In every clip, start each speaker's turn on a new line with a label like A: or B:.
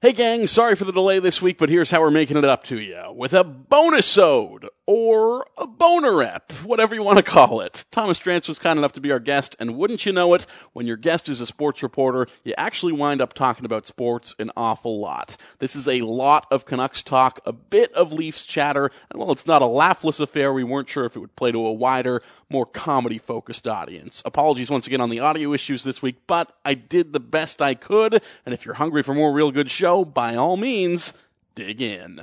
A: Hey gang, sorry for the delay this week, but here's how we're making it up to you with a bonus ode or a boner ep, whatever you want to call it. Thomas Drance was kind enough to be our guest, and wouldn't you know it, when your guest is a sports reporter, you actually wind up talking about sports an awful lot. This is a lot of Canucks talk, a bit of Leafs chatter, and while it's not a laughless affair, we weren't sure if it would play to a wider, more comedy focused audience. Apologies once again on the audio issues this week, but I did the best I could, and if you're hungry for more real good show, by all means, dig in.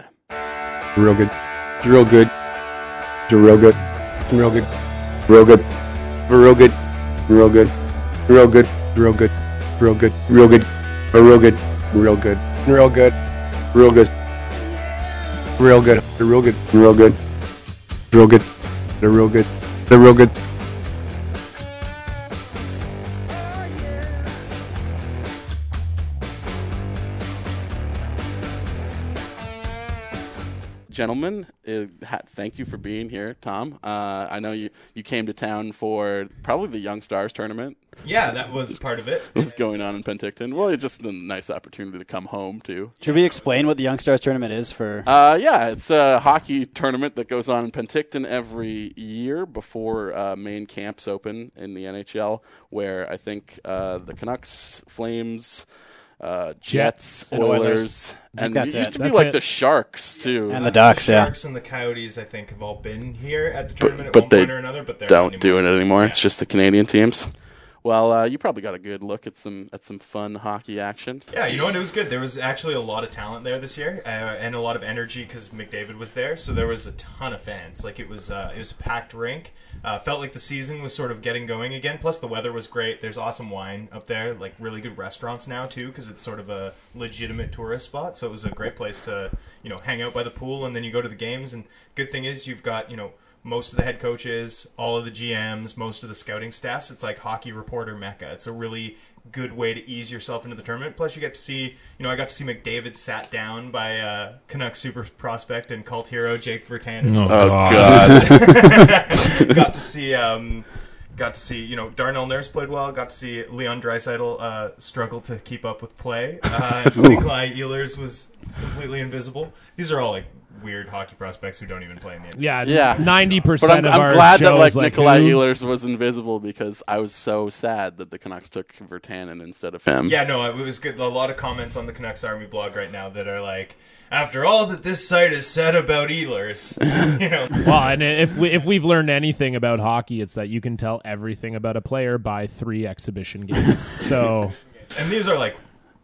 B: Real good. It's Real good. It's Real good. It's Real good. Real good. It's Real good. It's Real good. It's Real good. It's Real good. It's Real good. It's Real good. It's Real good. It's Real good. It's Real good. It's Real good. It's Real good. It's Real good. It's Real good. It's Real good. It's Real good. It's Real good.
A: Gentlemen, uh, ha- thank you for being here, Tom. Uh, I know you, you came to town for probably the Young Stars tournament
C: Yeah, that was part of it.
A: that was going on in Penticton. Well, it's just a nice opportunity to come home to.
D: Should we explain what the Young Stars tournament is for?
A: Uh, yeah, it's a hockey tournament that goes on in Penticton every year before uh, main camps open in the NHL, where I think uh, the Canucks, Flames, uh, Jets,
D: and
A: Oilers,
D: Oilers. I think
A: and
D: that's
A: it used
D: it.
A: to be
D: That's
A: like
D: it.
A: the Sharks too.
D: And the Ducks,
C: the
D: yeah.
C: Sharks and the Coyotes, I think, have all been here at the tournament
A: but
C: at one
A: they
C: point or another, but they're
A: Don't
C: not
A: do
C: anymore.
A: it anymore. It's just the Canadian teams. Well, uh, you probably got a good look at some at some fun hockey action.
C: Yeah, you know what? It was good. There was actually a lot of talent there this year, uh, and a lot of energy because McDavid was there. So there was a ton of fans. Like it was, uh, it was a packed rink. Uh, felt like the season was sort of getting going again. Plus the weather was great. There's awesome wine up there, like really good restaurants now too, because it's sort of a legitimate tourist spot. So it was a great place to you know hang out by the pool, and then you go to the games. And good thing is you've got you know most of the head coaches, all of the GMs, most of the scouting staffs. It's like hockey reporter mecca. It's a really good way to ease yourself into the tournament. Plus, you get to see, you know, I got to see McDavid sat down by uh, Canucks super prospect and cult hero Jake Vertanen.
A: Oh God!
C: got to see, um, got to see, you know, Darnell Nurse played well. Got to see Leon Dreisaitl uh, struggle to keep up with play. Uh, Nikolai Ehlers was completely invisible. These are all like weird hockey prospects who don't even play in the.
E: Yeah,
A: Yeah.
E: ninety
A: but I'm,
E: percent of
A: I'm
E: our
A: glad that
E: shows,
A: like, Nikolai
E: who-
A: Ehlers was invisible because I was so sad that the Canucks took Vertanen instead of him.
C: Yeah, no, it was good. A lot of comments on the Canucks Army blog right now that are like, after all that this site has said about Ehlers, you know,
E: Well, and if we, if we've learned anything about hockey, it's that you can tell everything about a player by three exhibition games. So
C: and these are like,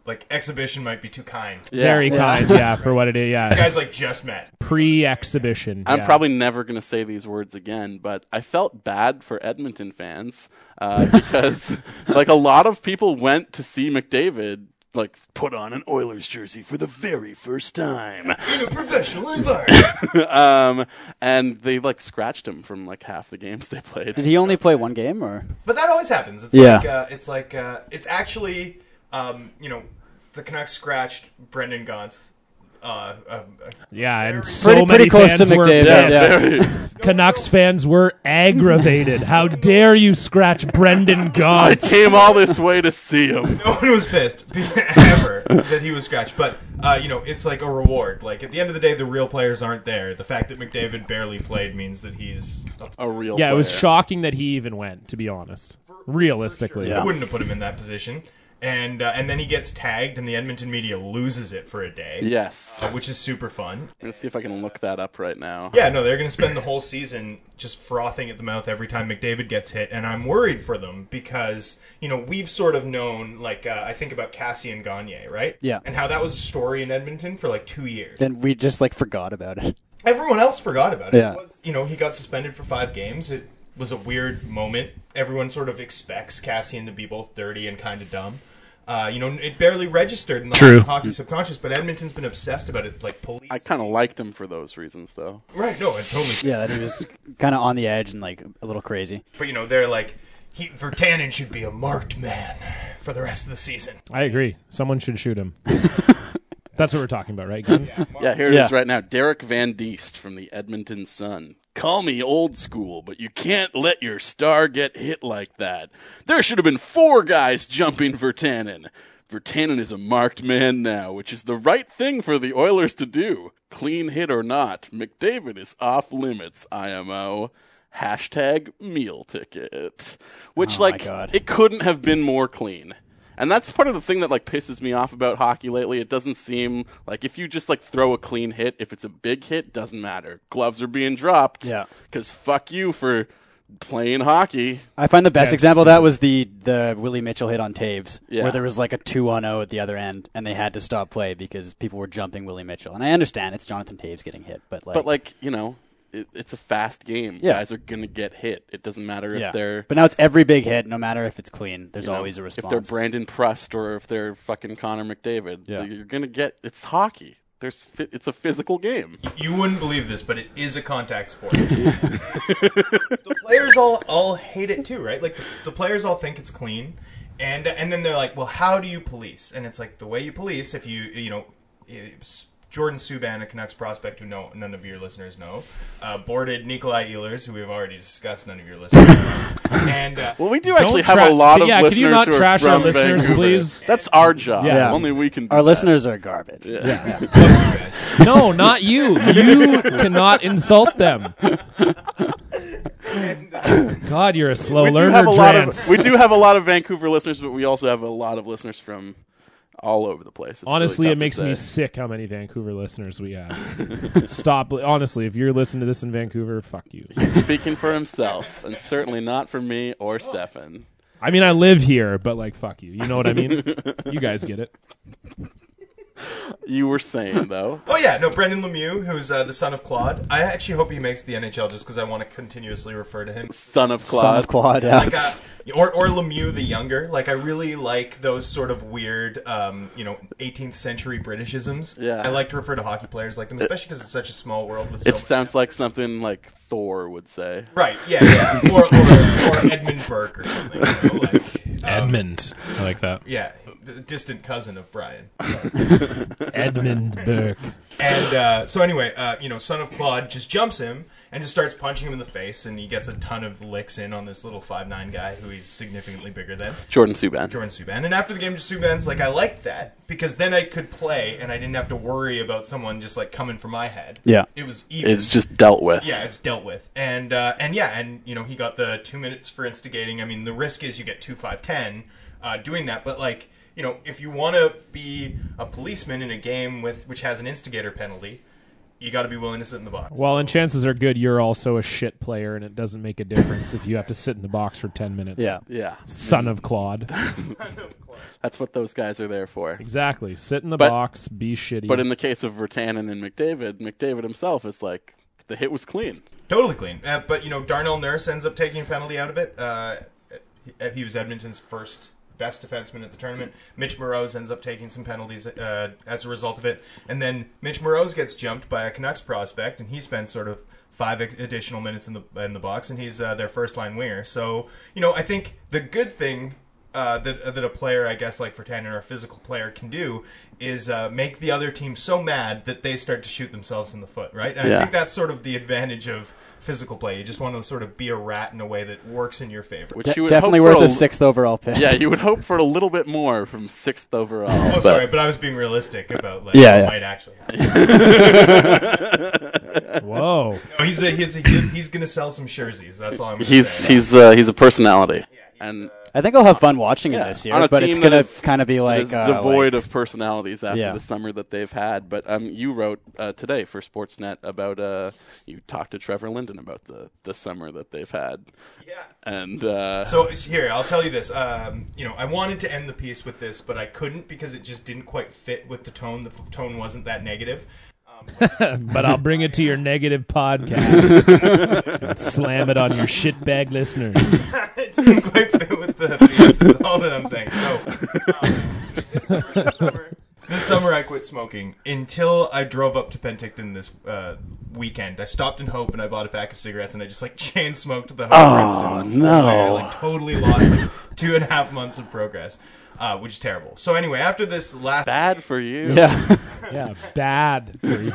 C: like exhibition might be too kind.
A: Yeah.
E: very kind, yeah, for what it is. Yeah,
C: Guys like just met.
E: pre-exhibition.
A: I'm
E: yeah.
A: probably never going to say these words again, but I felt bad for Edmonton fans uh, because, like, a lot of people went to see McDavid, like, put on an Oilers jersey for the very first time,
C: In a professional environment.
A: um, and they like scratched him from like half the games they
D: Did
A: played.
D: he only play one game, or
C: But that always happens. It's
D: Yeah.
C: like uh, it's like uh, it's actually um, you know the Canucks scratched Brendan Gaunce. Uh, uh, uh,
E: yeah, and
C: Pretty-
E: so
D: pretty
E: many
D: close to
E: fans were
D: McDavid,
E: pissed.
D: yeah.
E: Canucks fans were aggravated. How dare you scratch Brendan Gaunce?
A: Came all this way to see him.
C: no one was pissed ever that he was scratched. But uh, you know it's like a reward. Like at the end of the day, the real players aren't there. The fact that McDavid barely played means that he's. uh,
A: A real
E: Yeah, it was
A: player.
E: shocking that he even went. To be honest, realistically,
C: I wouldn't have put him in that position. And uh, and then he gets tagged, and the Edmonton media loses it for a day.
A: Yes,
C: uh,
A: I'm
C: Which is super fun.
A: gonna see if I can look that up right now.
C: Yeah, no, they're going to spend the whole season just frothing at the mouth every time McDavid gets hit, and I'm worried for them because you know we've sort of known, like uh, I think about Cassian Gagne, right?
D: Yeah.
C: and how that was a story in Edmonton for like two years.
D: then we just like forgot about it?
C: Everyone else forgot about it.
D: Yeah.
C: It was, you know, he got suspended for five games. It was a weird moment. Everyone sort of expects Cassian to be both dirty and kind of dumb. Uh, you know, it barely registered in the
E: True.
C: hockey subconscious, but Edmonton's been obsessed about it, like police.
A: I kind of liked him for those reasons, though.
C: right? No, I totally.
D: Yeah, that he was kind of on the edge and like a little crazy.
C: But you know, they're like, he, Vertanen should be a marked man for the rest of the season.
E: I agree. Someone should shoot him. That's what we're talking about, right? Gaunce?
A: Yeah, here it is
D: Yeah.
A: right now. Derek Van Deest from the Edmonton Sun. Call me old school, but you can't let your star get hit like that. There should have been four guys jumping Vertanen. Vertanen is a marked man now, which is the right thing for the Oilers to do. Clean hit or not, McDavid is off limits, IMO. Hashtag meal ticket. Which,
D: Oh my
A: like,
D: God.
A: it couldn't have been more clean. And that's part of the thing that like pisses me off about hockey lately. It doesn't seem like if you just like throw a clean hit, if it's a big hit, doesn't matter. Gloves are being dropped.
D: Yeah.
A: Cause fuck you for playing hockey.
D: I find the best
E: That's-
D: example of that was the the Willie Mitchell hit on Taves,
A: Yeah.
D: where there was like a two on zero at the other end, and they had to stop play because people were jumping Willie Mitchell. And I understand it's Jonathan Taves getting hit, but like,
A: But like, you know, it, it's a fast game.
D: Yeah.
A: Guys are gonna get hit. It doesn't matter if
D: yeah.
A: they're
D: But now it's every big hit, no matter if it's clean. There's
A: you know,
D: always a response.
A: If they're Brandon Prust or if they're fucking Connor McDavid,
D: Yeah.
A: you're gonna get it's hockey. There's fi- it's a physical game.
C: You wouldn't believe this, but it is a contact sport. the players all all hate it too, right? Like the, the players all think it's clean, and and then they're like, "Well, how do you police?" And it's like the way you police if you you know. it's- Jordan Subban, a Canucks prospect who no, none of your listeners know, uh, boarded Nikolai Ehlers, who we've already discussed, none of your listeners know. And uh,
A: Well, we do
E: Don't
A: actually have
E: tra-
A: a lot
E: so,
A: of
E: yeah,
A: listeners
E: can you not
A: who are
E: trash our
A: from
E: listeners,
A: Vancouver.
E: please?
A: That's our job.
E: Yeah.
A: Only we can. Do
D: Our
A: that.
D: listeners are garbage.
E: no, not you. You cannot insult them. God, you're a slow
A: We do
E: learner,
A: have a lot of.
E: Trance.
A: We do have a lot of Vancouver listeners, but we also have a lot of listeners from all over the place. It's really
E: Honestly,
A: tough
E: it
A: to
E: makes me
A: say.
E: sick how many Vancouver listeners we have. Stop. li- Honestly, if you're listening to this in Vancouver, fuck you.
A: speaking for himself, and certainly not for me or Stefan.
E: I mean, I live here, but like, fuck you. You know what I mean? You guys get it.
A: You were saying though,
C: Oh yeah, no, Brendan Lemieux, who's uh, the son of Claude. I actually hope he makes the NHL just because I want to continuously refer to him.
A: son of Claude.
D: Son of Quad. Yeah.
C: Like, uh, or or Lemieux the younger. Like I really like those sort of weird, um, you know, 18th century Britishisms.
A: Yeah.
C: I like to refer to hockey players like them, especially because it's such a small world with so.
A: It sounds like something like Thor would say.
C: Right. Yeah. yeah. Or, or or Edmund Burke or something. You know, like, um,
E: Edmund. I like that.
C: Yeah, the distant cousin of Brian.
E: Edmund Burke.
C: And uh, so anyway, uh, you know, son of Claude just jumps him and just starts punching him in the face, and he gets a ton of licks in on this little five nine guy who he's significantly bigger than.
A: Jordan Subban.
C: Jordan Subban. And after the game, Subban's like, I liked that because then I could play and I didn't have to worry about someone just like coming for my head.
D: Yeah.
C: it was even.
A: It's just dealt with.
C: yeah, it's dealt with, and uh, and yeah, and you know he got the two minutes for instigating. I mean, the risk is you get two five ten uh, doing that, but like you know, if you want to be a policeman in a game with which has an instigator penalty, you got to be willing to sit in the box.
E: Well, and chances are good you're also a shit player, and it doesn't make a difference if you have to sit in the box for 10 minutes.
D: Yeah.
A: Yeah.
E: Son of Claude.
A: That's what those guys are there for.
E: Exactly. Sit in the
A: But-
E: box, be shitty.
A: But in the case of Vertanen and McDavid, McDavid himself is like the hit was clean.
C: Totally clean. Uh, but, you know, Darnell Nurse ends up taking a penalty out of it. Uh, he- he was Edmonton's first best defenseman at the tournament. Mitch Morose ends up taking some penalties uh, as a result of it. And then Mitch Morose gets jumped by a Canucks prospect, and he spends sort of five ex- additional minutes in the in the box, and he's uh, their first line winger. So, you know, I think the good thing uh, that that a player, I guess, like Vertanen or a physical player can do is uh, make the other team so mad that they start to shoot themselves in the foot, right? And I
A: Yeah.
C: think that's sort of the advantage of physical play. You just want to sort of be a rat in a way that works in your favor.
A: Which
D: De-
A: you would
D: definitely
A: hope for
D: worth a
A: l-
D: sixth overall pick.
A: Yeah, you would hope for a little bit more from sixth overall.
C: oh,
A: but-
C: sorry, but I was being realistic about like
D: Yeah,
C: what
D: yeah.
C: might actually happen.
E: Whoa.
C: No, he's a, he's a, he's going to sell some jerseys. That's all I'm. Gonna
A: He's
C: say.
A: he's uh, he's a personality,
C: he's, uh,
A: and
D: I think I'll have fun watching it this
A: on
D: year,
A: a
D: but
A: team
D: it's gonna
A: that is-
D: kind of be
A: that
D: like
A: is
D: uh,
A: devoid of personalities after
D: Yeah.
A: the summer that they've had. But um, you wrote uh, today for Sportsnet about uh, you talked to Trevor Linden about the the summer that they've had,
C: yeah.
A: and uh,
C: So it's- here, I'll tell you this. Um, you know, I wanted to end the piece with this, but I couldn't because it just didn't quite fit with the tone. The f- tone wasn't that negative.
E: But I'll bring it to your negative podcast and slam it on your shitbag listeners.
C: it didn't quite fit with the piece. Is all that I'm saying. So um, this, summer, this, summer, this summer, I quit smoking until I drove up to Penticton this uh, weekend. I stopped in Hope and I bought a pack of cigarettes and I just like chain smoked the Hope
A: Oh,
C: Princeton.
A: no.
C: I, like totally lost like, two and a half months of progress. Uh, which is terrible. So anyway, after this last
A: bad for you.
D: yeah,
E: Yeah, bad. for you.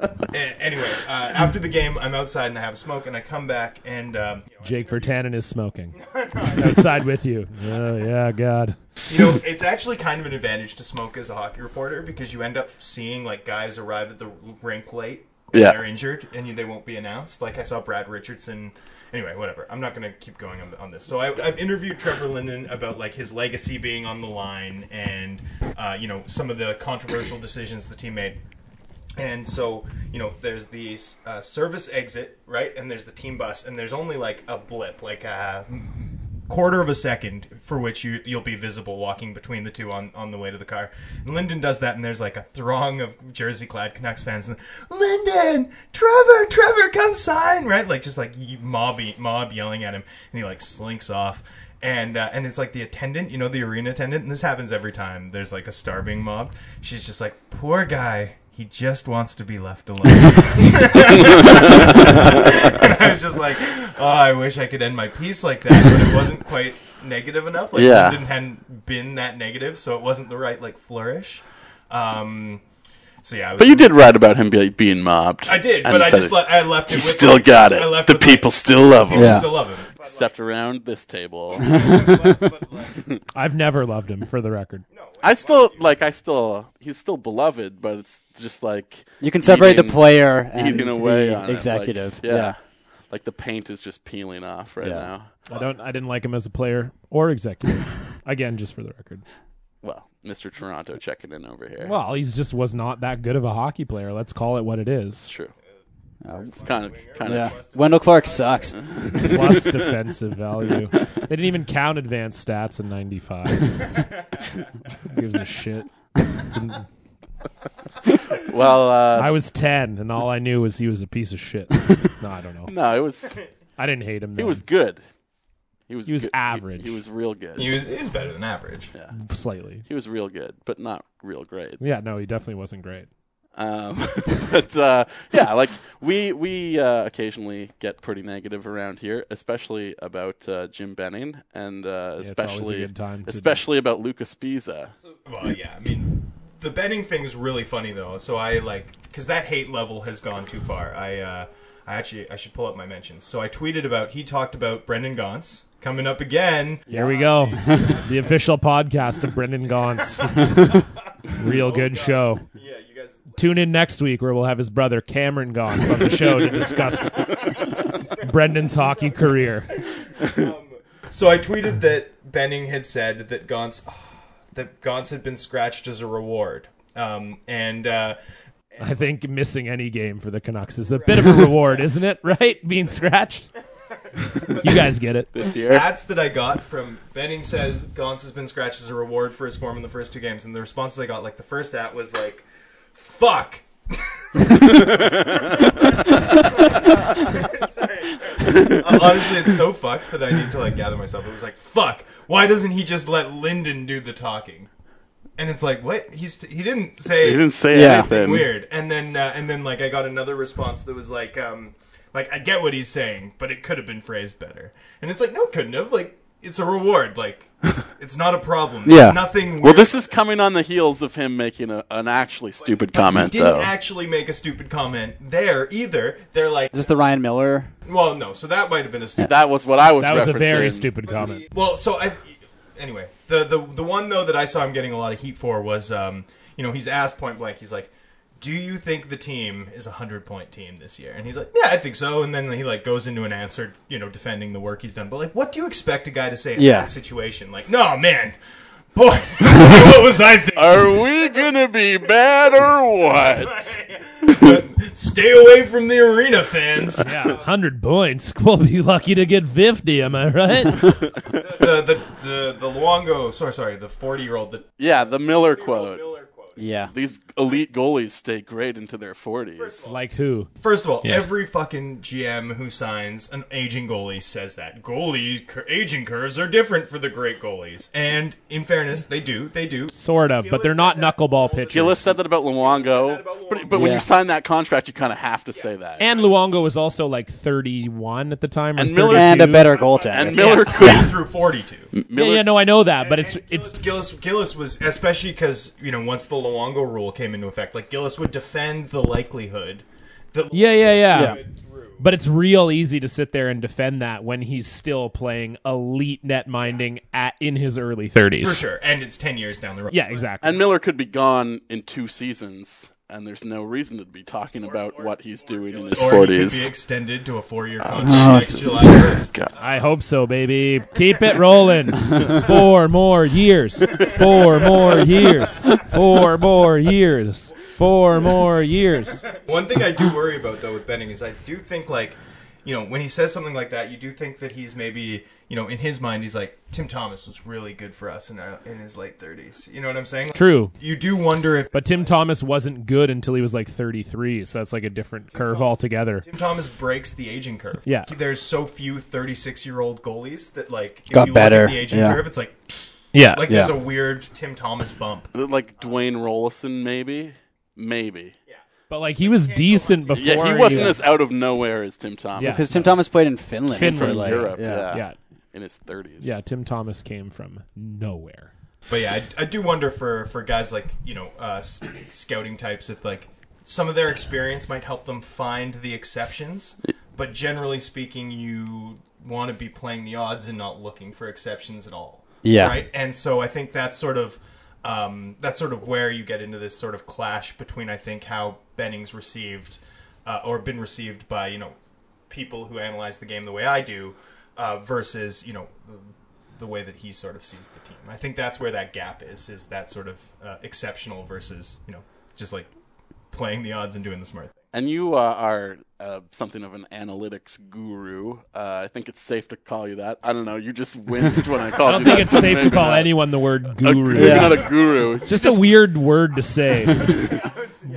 C: A- anyway, uh, after the game, I'm outside and I have a smoke, and I come back and um, you know,
E: Jake Vertanen is smoking outside with you. Oh yeah, God.
C: you know, it's actually kind of an advantage to smoke as a hockey reporter because you end up seeing like guys arrive at the rink late. and
A: Yeah.
C: they're injured and you, they won't be announced. Like I saw Brad Richardson. Anyway, whatever. I'm not going to keep going on, on this. So I, I've interviewed Trevor Linden about like his legacy being on the line and uh, you know some of the controversial decisions the team made. And so, you know, there's the uh, service exit, right? And there's the team bus, and there's only like a blip, like uh, a quarter of a second for which you you'll be visible walking between the two on, on the way to the car. And Lyndon does that, and there's like a throng of jersey clad Canucks fans. And Lyndon, Trevor, Trevor, come sign, right? Like just like y- mob mob yelling at him, and he like slinks off. And, uh, and it's like the attendant, you know, the arena attendant, and this happens every time. There's like a starving mob. She's just like, poor guy, he just wants to be left alone. and I was just like, oh, I wish I could end my piece like that, but it wasn't quite negative enough. Like,
A: Yeah.
C: Linden hadn't been that negative, so it wasn't the right like flourish. Um, so yeah, I was,
A: But you did write about him be, being mobbed.
C: I did,
A: And
C: but I
A: said
C: just
A: it.
C: le- I left it.
A: He
C: with,
A: still
C: like-
A: got it.
C: I left
A: The
C: with, like,
A: people still love him.
C: people
D: Yeah.
C: still love him. But,
A: Except around this table.
C: like, but, but, like,
E: I've never loved him, for the record.
C: no,
A: I still like. I still. He's still beloved, but it's just like
D: You can separate
A: eating-
D: the player and
A: eating away
D: the
A: on it, like,
D: executive.
A: yeah.
D: yeah.
A: like the paint is just peeling off right
D: Yeah.
A: now.
E: I don't. I didn't like him as a player or executive. Again, just for the record.
A: Well, Mr. Toronto checking in over here.
E: Well, he's just was not that good of a hockey player. Let's call it what it is.
A: it's true. it's kind of kind
D: Um, Yeah.
A: of
D: Wendell Clark sucks.
A: Uh-huh.
E: Plus defensive value. They didn't even count advanced stats in '95. Gives a shit. Didn't-
A: well. Uh,
E: I was ten, and all I knew was he was a piece of shit. No, I don't know.
A: no, it was
E: I didn't hate him.
A: he was good. He was
E: He was
A: good.
E: average.
A: He, was real good.
C: he was, he was better than average.
E: slightly.
A: He was real good, but not real great.
E: Yeah, no, he definitely wasn't great.
A: Um, but uh, yeah, like we we uh, occasionally get pretty negative around here, especially about uh, Jim Benning, and uh,
E: it's always a
A: especially
E: good time to-
A: especially about Lucas Pisa.
C: Well, yeah, I mean, the betting thing's really funny though. So I like because that hate level has gone too far. I uh, I actually I should pull up my mentions. So I tweeted about he talked about Brendan Gaunce coming up again.
E: Here we go. the official podcast of Brendan Gaunt's
A: Oh,
E: Real good show.
C: Yeah, you guys.
E: Tune in next week where we'll have his brother Cameron Gaunt on the show to discuss Brendan's hockey career.
C: So I tweeted that Benning had said that Gaunce that Gaunce had been scratched as a reward. Um, and uh,
E: I think missing any game for the Canucks is a bit of a reward, isn't it? Right? Being scratched. You guys get it.
A: This year,
C: ads that I got from Benning says Gauntz has been scratched as a reward for his form in the first two games, and the responses I got, like the first at was like, "Fuck." Sorry. Honestly, it's so fucked that I need to like gather myself. It was like, "Fuck! Why doesn't he just let Lyndon do the talking?" And it's like, what? He's he didn't say
A: he didn't say
D: Yeah.
A: anything.
C: weird. And then uh, and then like I got another response that was like um like I get what he's saying, but it could have been phrased better. And it's like no, it couldn't have. Like it's a reward. Like it's not a problem.
D: Yeah.
C: Nothing. Weird.
A: Well, this is coming on the heels of him making a, an actually stupid comment,
C: He didn't
A: though.
C: actually make a stupid comment there either. They're like,
D: Is this the Ryan Miller?
C: well, no. So that might have been a stupid.
A: that was what I was.
E: That was a
A: referencing.
E: very stupid comment.
C: Well, so I anyway, the the the one though that I saw him getting a lot of heat for was um, you know, he's asked point blank, he's like, "Do you think the team is a 100-point team this year?" And he's like, "Yeah, I think so." And then he like goes into an answer, you know, defending the work he's done. But like, what do you expect a guy to say in
D: Yeah.
C: that situation? Like, "No, man. Boy, what was I thinking?"
A: Are we gonna be bad or what?
C: Stay away from the arena fans.
E: Yeah, 100 points. We'll be lucky to get 50, am I right?
C: The the the, the Luongo, sorry, sorry, the 40-year-old the
A: Yeah, the Miller quote.
C: Miller quote.
D: Yeah.
A: These elite goalies stay great into their forties.
E: Like who?
C: First of all, every fucking GM who signs an aging goalie says that goalie cur- aging curves are different for the great goalies, and in fairness, they do. They do.
E: Sort of, but they're not knuckleball
A: Gillis
E: pitchers.
A: said that about Luongo,
C: that about
A: but,
C: Luongo.
A: but when
D: Yeah.
A: you sign that contract, you kind of have to say that.
E: And Luongo was also like 31 at the time. Or
A: And Miller-
E: 32.
D: And a better goaltender.
A: And Miller
C: Yes,
A: quit.
C: through forty-two.
E: Yeah,
A: Miller,
E: yeah, no, I know that, but it's
C: And
E: it's
C: Gillis, Gillis. Gillis was especially because you know once the Luongo rule came into effect, like Gillis would defend the likelihood that
E: Yeah, yeah, yeah.
C: went through.
E: But it's real easy to sit there and defend that when he's still playing elite net minding at in his early 30s.
C: For sure. And it's 10 years down the road.
E: Yeah, exactly.
A: And Miller could be gone in two seasons, and there's no reason to be talking about what he's doing in his
C: Or it could be
A: forties.
C: extended to a four-year
E: Ah,
C: contract next July 1st.
E: I hope so, baby. Keep it rolling. Four more years. Four more years. Four more years. Four more years.
C: One thing I do worry about though with Benning is I do think like, you know, when he says something like that, you do think that he's maybe, you know, in his mind he's like Tim Thomas was really good for us in our, in his late 30s. You know what I'm saying?
E: True.
C: You do wonder if
E: But Tim Thomas wasn't good until he was like 33, so that's like a different curve altogether.
C: Tim Thomas breaks the aging curve.
E: Yeah.
C: There's so few 36-year-old goalies that like if
D: Got
C: you
D: better,
C: look at the aging
D: yeah.
C: curve, it's like
E: Yeah.
C: like there's
D: Yeah.
C: a weird Tim Thomas bump.
A: Like Dwayne Rollison, maybe, maybe.
E: But like he was decent before.
A: Yeah, he wasn't as out of nowhere as Tim Thomas
E: Yeah.
D: Because Tim Thomas played in Finland,
E: Finland,
D: for like
A: Europe.
D: yeah.
A: Yeah.
E: Yeah.
A: in his thirties.
E: Yeah, Tim Thomas came from nowhere.
C: But yeah, I, I do wonder for for guys like you know uh, s- scouting types if like some of their experience might help them find the exceptions. But generally speaking, you want to be playing the odds and not looking for exceptions at all.
D: Yeah.
C: Right. And so I think that's sort of um, that's sort of where you get into this sort of clash between I think how Benning's received uh, or been received by you know people who analyze the game the way I do uh, versus you know the way that he sort of sees the team. I think that's where that gap is, is that sort of uh, exceptional versus, you know, just like playing the odds and doing the smart thing.
A: And you uh, are uh, something of an analytics guru. Uh, I think it's safe to call you that. I don't know. You just winced when I called.
E: I don't
A: you
E: think
A: that,
E: it's
A: so
E: safe to
A: maybe
E: call
A: not.
E: anyone the word
A: A,
E: guru.
A: Maybe not a guru.
E: Just a weird word to say.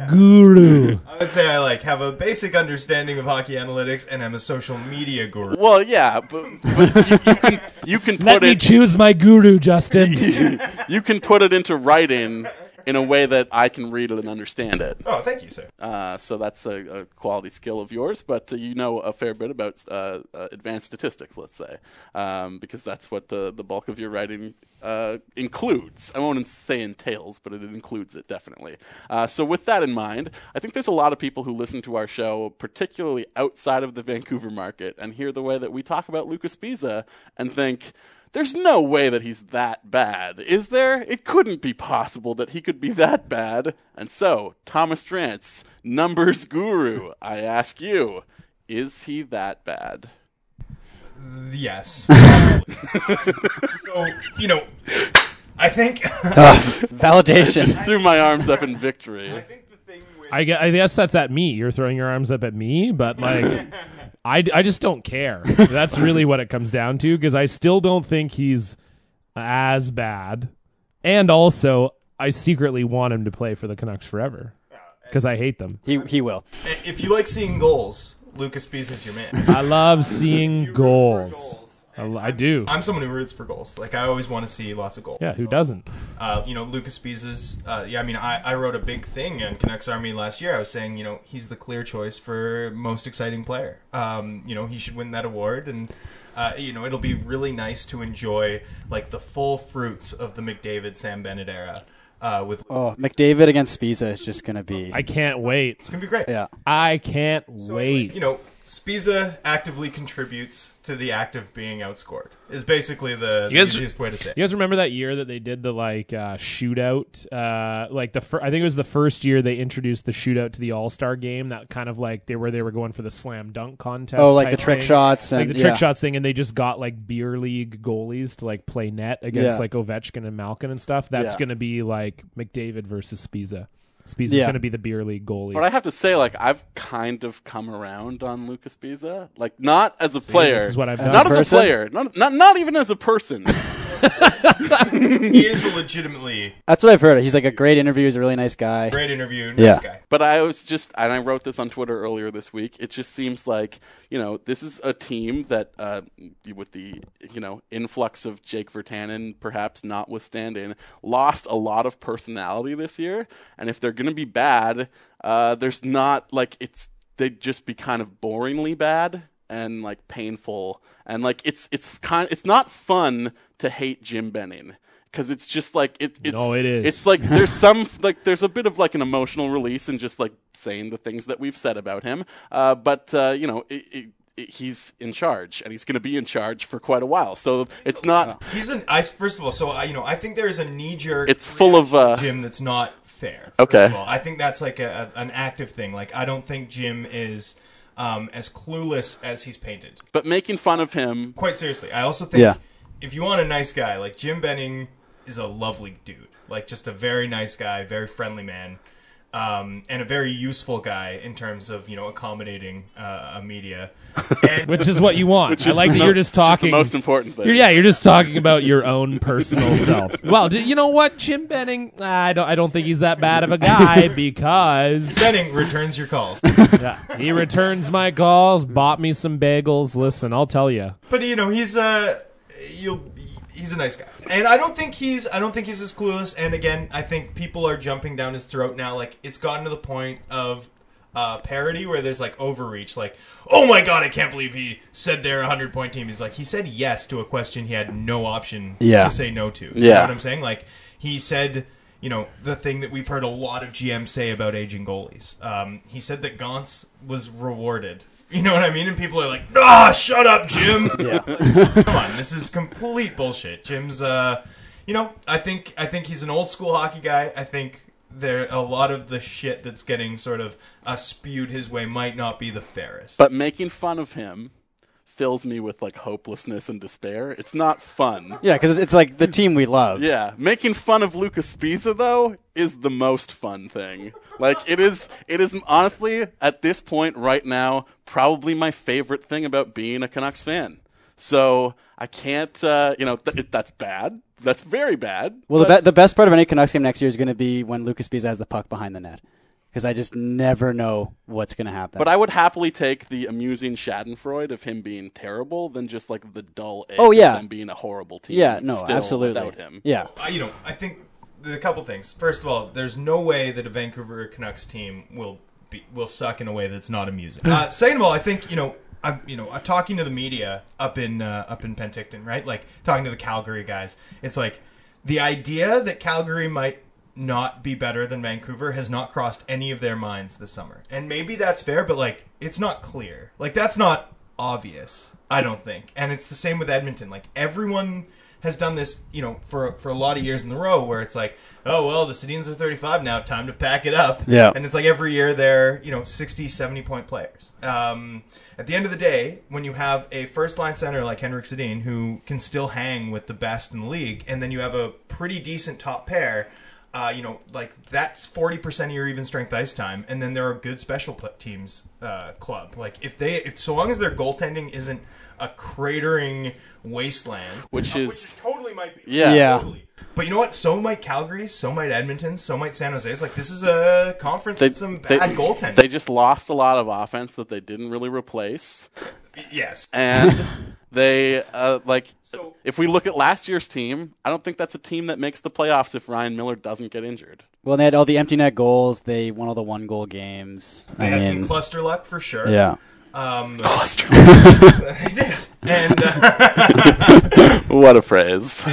E: Guru.
C: I would say I like have a basic understanding of hockey analytics and I'm a social media guru.
A: Well, yeah, but, but you, you can you can
E: Let
A: put
E: me
A: it
E: choose my guru, Justin.
A: you can put it into writing in a way that I can read it and understand it.
C: Oh, thank you, sir.
A: Uh, so that's a, a quality skill of yours, but uh, you know a fair bit about uh, uh, advanced statistics, let's say, um, because that's what the, the bulk of your writing uh, includes. I won't say entails, but it includes it definitely. Uh, so with that in mind, I think there's a lot of people who listen to our show, particularly outside of the Vancouver market, and hear the way that we talk about Lucas Pisa and think. There's no way that he's that bad, is there? It couldn't be possible that he could be that bad. And so, Thomas Drance, numbers guru, I ask you, is he that bad?
C: Yes. so, you know, I think
D: validation.
A: Just threw my arms up in victory.
C: I think the thing with
E: I, gue- I guess that's at me. You're throwing your arms up at me, but like, I, I just don't care. That's really what it comes down to because I still don't think he's as bad. And also, I secretly want him to play for the Canucks forever because I hate them.
D: he he will.
C: if you like seeing goals, Lucas Bees is your man.
E: I love seeing goals. I, lo- I do.
C: I'm someone who roots for goals. Like I always want to see lots of goals.
E: Yeah, who
C: So-
E: doesn't?
C: uh, you know, Lucas Biza's, uh, yeah, I mean, I, I wrote a big thing on Canucks Army last year. I was saying, you know, he's the clear choice for most exciting player. Um, you know, he should win that award. And, uh, you know, it'll be really nice to enjoy, like, the full fruits of the McDavid Sam Bennett era uh, with.
D: Oh, McDavid against Spiza is just gonna be
E: I can't wait.
C: It's going to be great.
D: yeah.
E: I can't
C: You
E: wait.
C: know, Spiza actively contributes to the act of being outscored. Is basically the,
E: You guys-
C: the easiest way to say.
E: You
C: it.
E: guys remember that year that they did the like uh, shootout? Uh, like the fir- I think it was the first year they introduced the shootout to the All Star game. That kind of like they where they were going for the slam dunk contest.
D: Oh, like
E: type
D: the trick
E: thing.
D: shots and
E: like the trick
D: yeah.
E: shots thing, and they just got like beer league goalies to like play net against
D: Yeah.
E: like Ovechkin and Malkin and stuff. That's
D: Yeah.
E: going to be like McDavid versus Spiza. Spiza's
D: Yeah.
E: going to be the beer league goalie.
A: But I have to say, like, I've kind of come around on Lucas Biza. Like, not as a player.
E: is what I've
A: not
E: done.
A: as a
D: Person?
A: player. Not, not, not even as a person.
C: He is legitimately
D: That's what I've heard. He's like a great interview. He's a really nice guy.
C: great interview, nice
D: Yeah.
C: guy.
A: But I was just, and I wrote this on Twitter earlier this week. It just seems like you know this is a team that, uh, with the you know influx of Jake Vertanen, perhaps notwithstanding, lost a lot of personality this year. And if they're going to be bad, uh, there's not like it's they'd just be kind of boringly bad and like painful and like it's it's kind it's not fun to hate Jim Benning. It because it's just like it, it's
E: No, it is.
A: it's like there's some like there's a bit of like an emotional release in just like saying the things that we've said about him. Uh, but uh, you know, it, it, it, he's in charge, and he's going to be in charge for quite a while. So it's not.
C: He's an. I first of all, so I, you know, I think there is a knee jerk.
A: It's full of. Uh,
C: Jim that's not fair. first
A: Okay.
C: of all. I think that's like a, a- an active thing. Like I don't think Jim is um, as clueless as he's painted.
A: but making fun of him
C: Quite seriously, I also think
D: Yeah.
C: if you want a nice guy, like Jim Benning is a lovely dude. Like just a very nice guy, very friendly man. Um, and a very useful guy in terms of you know accommodating uh, a media, and
E: which is what you want. I like that
A: the mo-
E: you're just
A: which is
E: talking.
A: the most important thing.
E: You're- yeah, you're just talking about your own personal self. Well, d- you know what, Jim Benning? I don't. I don't think he's that bad of a guy because
C: Benning returns your calls.
E: he returns my calls, bought me some bagels. Listen, I'll tell you.
C: But you know, he's uh you'll he's a nice guy. And I don't think he's I don't think he's as clueless and again, I think people are jumping down his throat now like it's gotten to the point of uh, parody where there's like overreach like oh my god i can't believe he said they're a 100 point team he's like he said yes to a question he had no option
D: Yeah.
C: to say no to you
A: Yeah.
C: know what i'm saying like he said you know the thing that we've heard a lot of gms say about aging goalies um, he said that gauntz was rewarded you know what i mean and people are like ah shut up jim come on, this is complete bullshit. Jim's, uh, you know, I think I think he's an old school hockey guy. I think there a lot of the shit that's getting sort of uh, spewed his way might not be the fairest.
A: but making fun of him fills me with like hopelessness and despair. It's not fun.
D: Yeah, because it's like the team we love.
A: Yeah, making fun of Lucas Pisa though is the most fun thing. Like it is, it is honestly at this point right now probably my favorite thing about being a Canucks fan. So I can't, uh, you know, th- it, that's bad. That's very bad.
D: Well, the, be- the best part of any Canucks game next year is going to be when Lucas Bees has the puck behind the net, because I just never know what's going to happen.
A: But I would happily take the amusing Schadenfreude of him being terrible than just like the dull egg
D: Oh, yeah.
A: of them being a horrible team.
D: yeah, no,
A: still
D: absolutely.
A: Without him.
D: Yeah,
C: I, you know, I think the- a couple things. First of all, there's no way that a Vancouver Canucks team will be, will suck in a way that's not amusing. Uh, second of all, I think you know. I'm, you know, I'm talking to the media up in uh, up in Penticton, right? Like talking to the Calgary guys. It's like the idea that Calgary might not be better than Vancouver has not crossed any of their minds this summer. And maybe that's fair, but like it's not clear. Like that's not obvious, I don't think. And it's the same with Edmonton. Like everyone has done this, you know, for for a lot of years in a row where it's like, oh well, the Sedins are 35 now, time to pack it up.
D: Yeah.
C: And it's like every year they're, you know, 60, 70 point players. Um, at the end of the day, when you have a first line center like Henrik Sedin who can still hang with the best in the league, and then you have a pretty decent top pair, uh, you know, like that's 40% of your even strength ice time. And then there are good special pl- teams uh, club. Like if they, if so long as their goaltending isn't a cratering wasteland,
A: Which
C: uh,
A: is-
C: totally might be.
A: Yeah.
D: Yeah.
C: Totally. But you know what? So might Calgary, so might Edmonton, so might San Jose. It's like this is a conference
A: They,
C: with some
A: they-
C: bad goaltending.
A: they just lost a lot of offense that they didn't really replace.
C: yes.
A: and they uh, like
C: So-
A: if we look at last year's team i don't think that's a team that makes the playoffs if ryan miller doesn't get injured
D: Well, they had all the empty net goals. They won all the one goal games.
C: They
D: I
C: had
D: mean,
C: some cluster luck for sure.
D: yeah.
C: Um,
A: Cluster.
C: they did. And uh,
A: what a phrase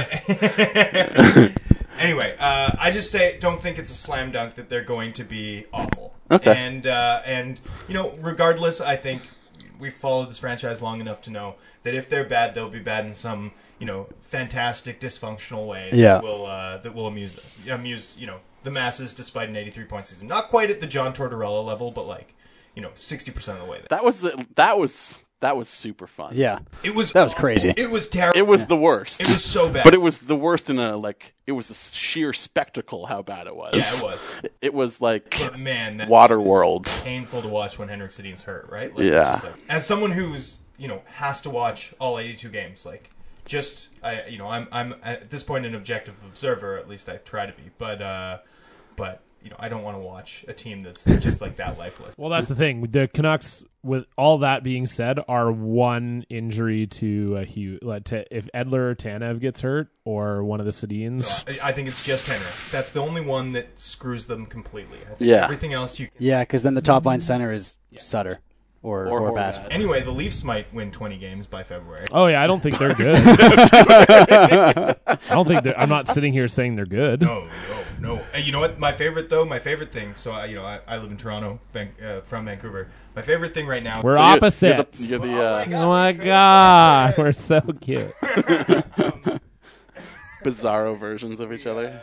C: anyway, uh, I just say don't think it's a slam dunk that they're going to be awful.
A: Okay.
C: And uh, and you know, regardless, I think we've followed this franchise long enough to know that if they're bad, they'll be bad in some you know fantastic dysfunctional way. That
D: Yeah.
C: Will uh, that will amuse amuse you know the masses despite an 83 point season. Not quite at the John Tortorella level, but like you know 60 percent of the way there.
A: that was the, that was that was super fun
D: Yeah.
C: It was
D: That was crazy.
C: It was terrible.
A: it was the worst
C: It was so bad.
A: but it was the worst in a like it was a sheer spectacle how bad it was
C: yeah, it was.
A: it was like
C: But man, that
A: water
C: was
A: world
C: painful to watch when Henrik Sedin's hurt, right? Like, it's
A: Yeah.
C: just like- as someone who's you know has to watch all 82 games, like just I you know I'm I'm at this point an objective observer, at least I try to be, but uh, but you know I don't want to watch a team that's just like that lifeless.
E: Well, that's the thing. The Canucks, with all that being said, are one injury to a huge. To, if Edler or Tanev gets hurt, or one of the Sedins,
C: I I think it's just Henrik. That's the only one that screws them completely. I think
A: Yeah.
C: Everything else you can
D: Yeah, because then the top line center is Sutter or
A: Or
D: or,
A: Horvat.
D: Bat.
C: Anyway, the Leafs might win 20 games by February.
E: Oh yeah, I don't think they're good. I don't think they're. I'm not sitting here saying they're good.
C: No, Oh, no, no. And you know what? My favorite though, my favorite thing. So I, you know, I, I live in Toronto, Van, uh, from Vancouver. My favorite thing right now.
E: We're
C: is-
E: opposite.
A: You're the, you're the, uh,
E: Oh my god, we're so cute.
A: bizarro versions of each other.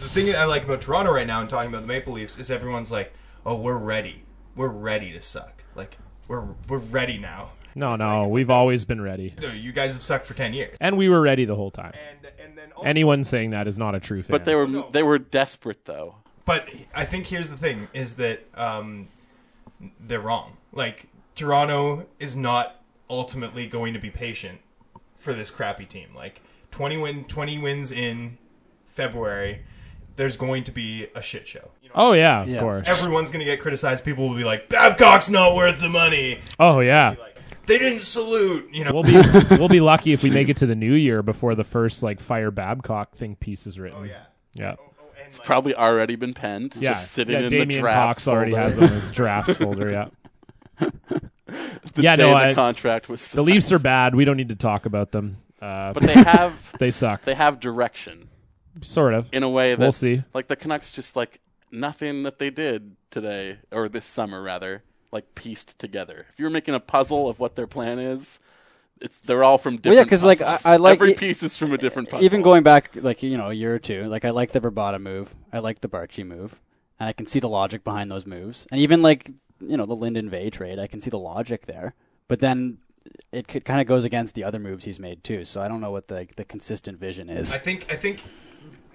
C: the thing I like about Toronto right now and talking about the Maple Leafs is everyone's like, "Oh, we're ready. We're ready to suck. Like, we're we're ready now."
E: No, no, we've always been ready,
C: You know, you guys have sucked for 10 years.
E: and we were ready the whole time.
C: And and then also,
E: Anyone saying that is not a true fan.
A: But they were they were desperate though.
C: But I think here's the thing: is that um, they're wrong. Like Toronto is not ultimately going to be patient for this crappy team. Like 20 win, 20 wins in February, there's going to be a shit show. You know,
E: Oh yeah, of
D: Yeah.
E: course.
C: everyone's going to get criticized. People will be like, "Babcock's not worth the money."
E: oh yeah.
C: Like they didn't salute. You know,
E: We'll be we'll be lucky if we make it to the new year before the first like fire Babcock think piece is written.
C: Oh, yeah.
E: Yeah.
C: Oh, and, like,
A: Probably already been penned.
E: Yeah.
A: Just sitting
E: yeah,
A: in
E: Damian
A: the draft.
E: Cox already has them in his drafts folder, yeah.
A: the
E: Yeah,
A: day
E: no,
A: the
E: I-
A: contract was.
E: The Leafs are bad. We don't need to talk about them. Uh,
A: but they have
E: they suck.
A: they have direction
E: sort of.
A: in a way that
E: We'll see.
A: Like the Canucks, just like nothing that they did today or this summer rather, like pieced together. If you're making a puzzle of what their plan is, it's they're all from different.
D: yeah, 'cause, like, I-
A: puzzles.
D: I like
A: every
D: it-
A: piece is from a different puzzle.
D: Even going back like you know a year or two, like I like the Verbata move, I like the Barchi move, and I can see the logic behind those moves, and even like you know the Linden Vay trade, I can see the logic there. But then it kind of goes against the other moves he's made too. So I don't know what the the consistent vision is.
C: I think I think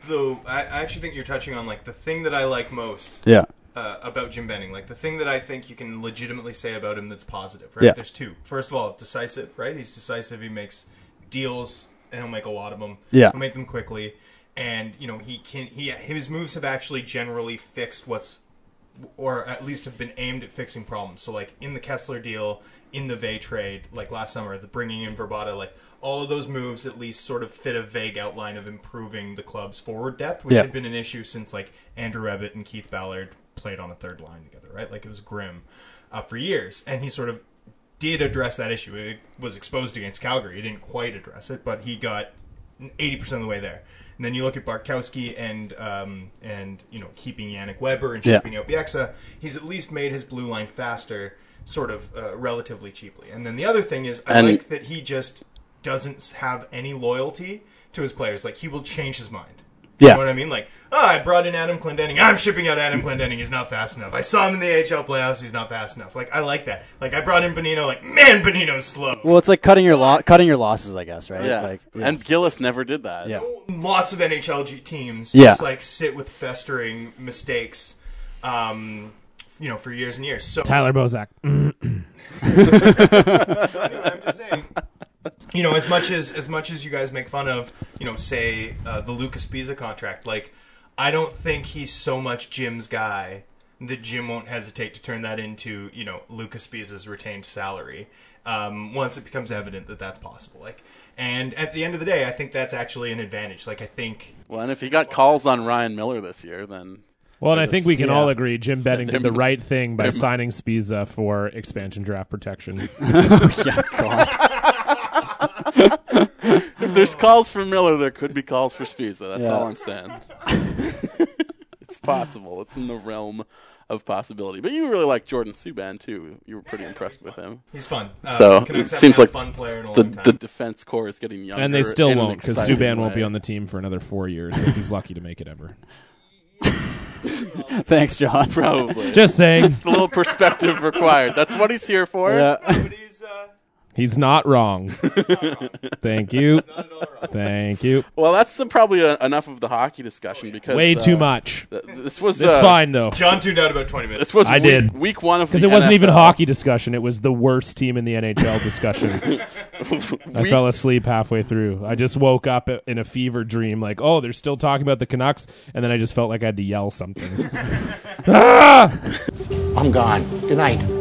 C: though I, I actually think you're touching on like the thing that I like most
D: Yeah,
C: uh, about Jim Benning, like the thing that I think you can legitimately say about him that's positive, right?
D: Yeah.
C: There's two. First of all, decisive, right? He's decisive. He makes deals, and he'll make a lot of them.
D: Yeah.
C: he'll make them quickly, and you know he can. He his moves have actually generally fixed what's, or at least have been aimed at fixing problems. So like in the Kessler deal, in the Vay trade, like last summer, the bringing in Verbata, like. All of those moves at least sort of fit a vague outline of improving the club's forward depth, which
D: Yeah.
C: had been an issue since like Andrew Ebbett and Keith Ballard played on the third line together, right? Like it was grim uh, for years, and he sort of did address that issue. It was exposed against Calgary. He didn't quite address it, but he got eighty percent of the way there. And then you look at Barkowski and um, and you know keeping Yannick Weber and
D: Yeah.
C: shipping out Bieksa. He's at least made his blue line faster, sort of uh, relatively cheaply. And then the other thing is, I
A: And-
C: like that he just doesn't have any loyalty to his players. Like he will change his mind.
D: Yeah.
C: You know what I mean? Like, oh, I brought in Adam Clendenning. I'm shipping out Adam Clendenning. He's not fast enough. I saw him in the AHL playoffs. He's not fast enough. Like, I like that. Like, I brought in Benino. Like, man, Benino's slow.
D: well, it's like cutting your lo- cutting your losses, I guess, right?
A: yeah.
D: Like,
A: and Gillis never did that.
D: Yeah.
C: Lots of NHL g- teams
D: Yeah.
C: just like sit with festering mistakes, um, you know, for years and years. So
E: Tyler Bozak. Mm.
C: I'm just saying. You know, as much as as much as you guys make fun of, you know, say uh, the Lucas Pisa contract, like I don't think he's so much Jim's guy that Jim won't hesitate to turn that into, you know, Lucas Pisa's retained salary um, once it becomes evident that that's possible. Like, and at the end of the day, I think that's actually an advantage. Like, I think
A: Well, and if he got calls on Ryan Miller this year, then
E: Well, and I think we can
D: Yeah.
E: all agree Jim Benning did the
A: They're-
E: right thing by signing Spiza for expansion draft protection.
D: yeah, God.
A: if there's calls for Miller, there could be calls for Spiza. That's
D: Yeah.
A: all I'm saying. it's possible. It's in the realm of possibility. But you really like Jordan Subban too. You were pretty impressed with him.
C: he's fun. Uh,
A: So,
C: Canucks
A: it
C: haven't
A: seems
C: had a
A: like
C: fun player in a
A: The,
C: long time.
A: the defense core is getting younger,
E: and they still
A: in an
E: won't because
A: exciting
E: Subban won't
A: way.
E: be on the team for another four years if he's lucky to make it ever.
D: Thanks, John.
A: Probably. Just
E: Just saying,
A: a little perspective required. That's what he's here for.
D: Yeah.
C: but he's uh,
E: he's not wrong. Thank you.
C: not at all wrong.
E: Thank you.
A: Well, that's the, probably uh enough of the hockey discussion because
E: Oh, Way
A: uh,
E: too much.
A: th- this was
E: It's
A: uh,
E: fine though.
C: John tuned out about twenty minutes.
A: This was
E: I
A: week,
E: did.
A: week one of
E: Because
A: the
E: it wasn't even
A: NFL.
E: hockey discussion. It was the worst team in the NHL discussion. I
A: Week
E: fell asleep halfway through. I just woke up in a fever dream, like, oh, they're still talking about the Canucks. And then I just felt like I had to yell something.
F: I'm gone. Good night.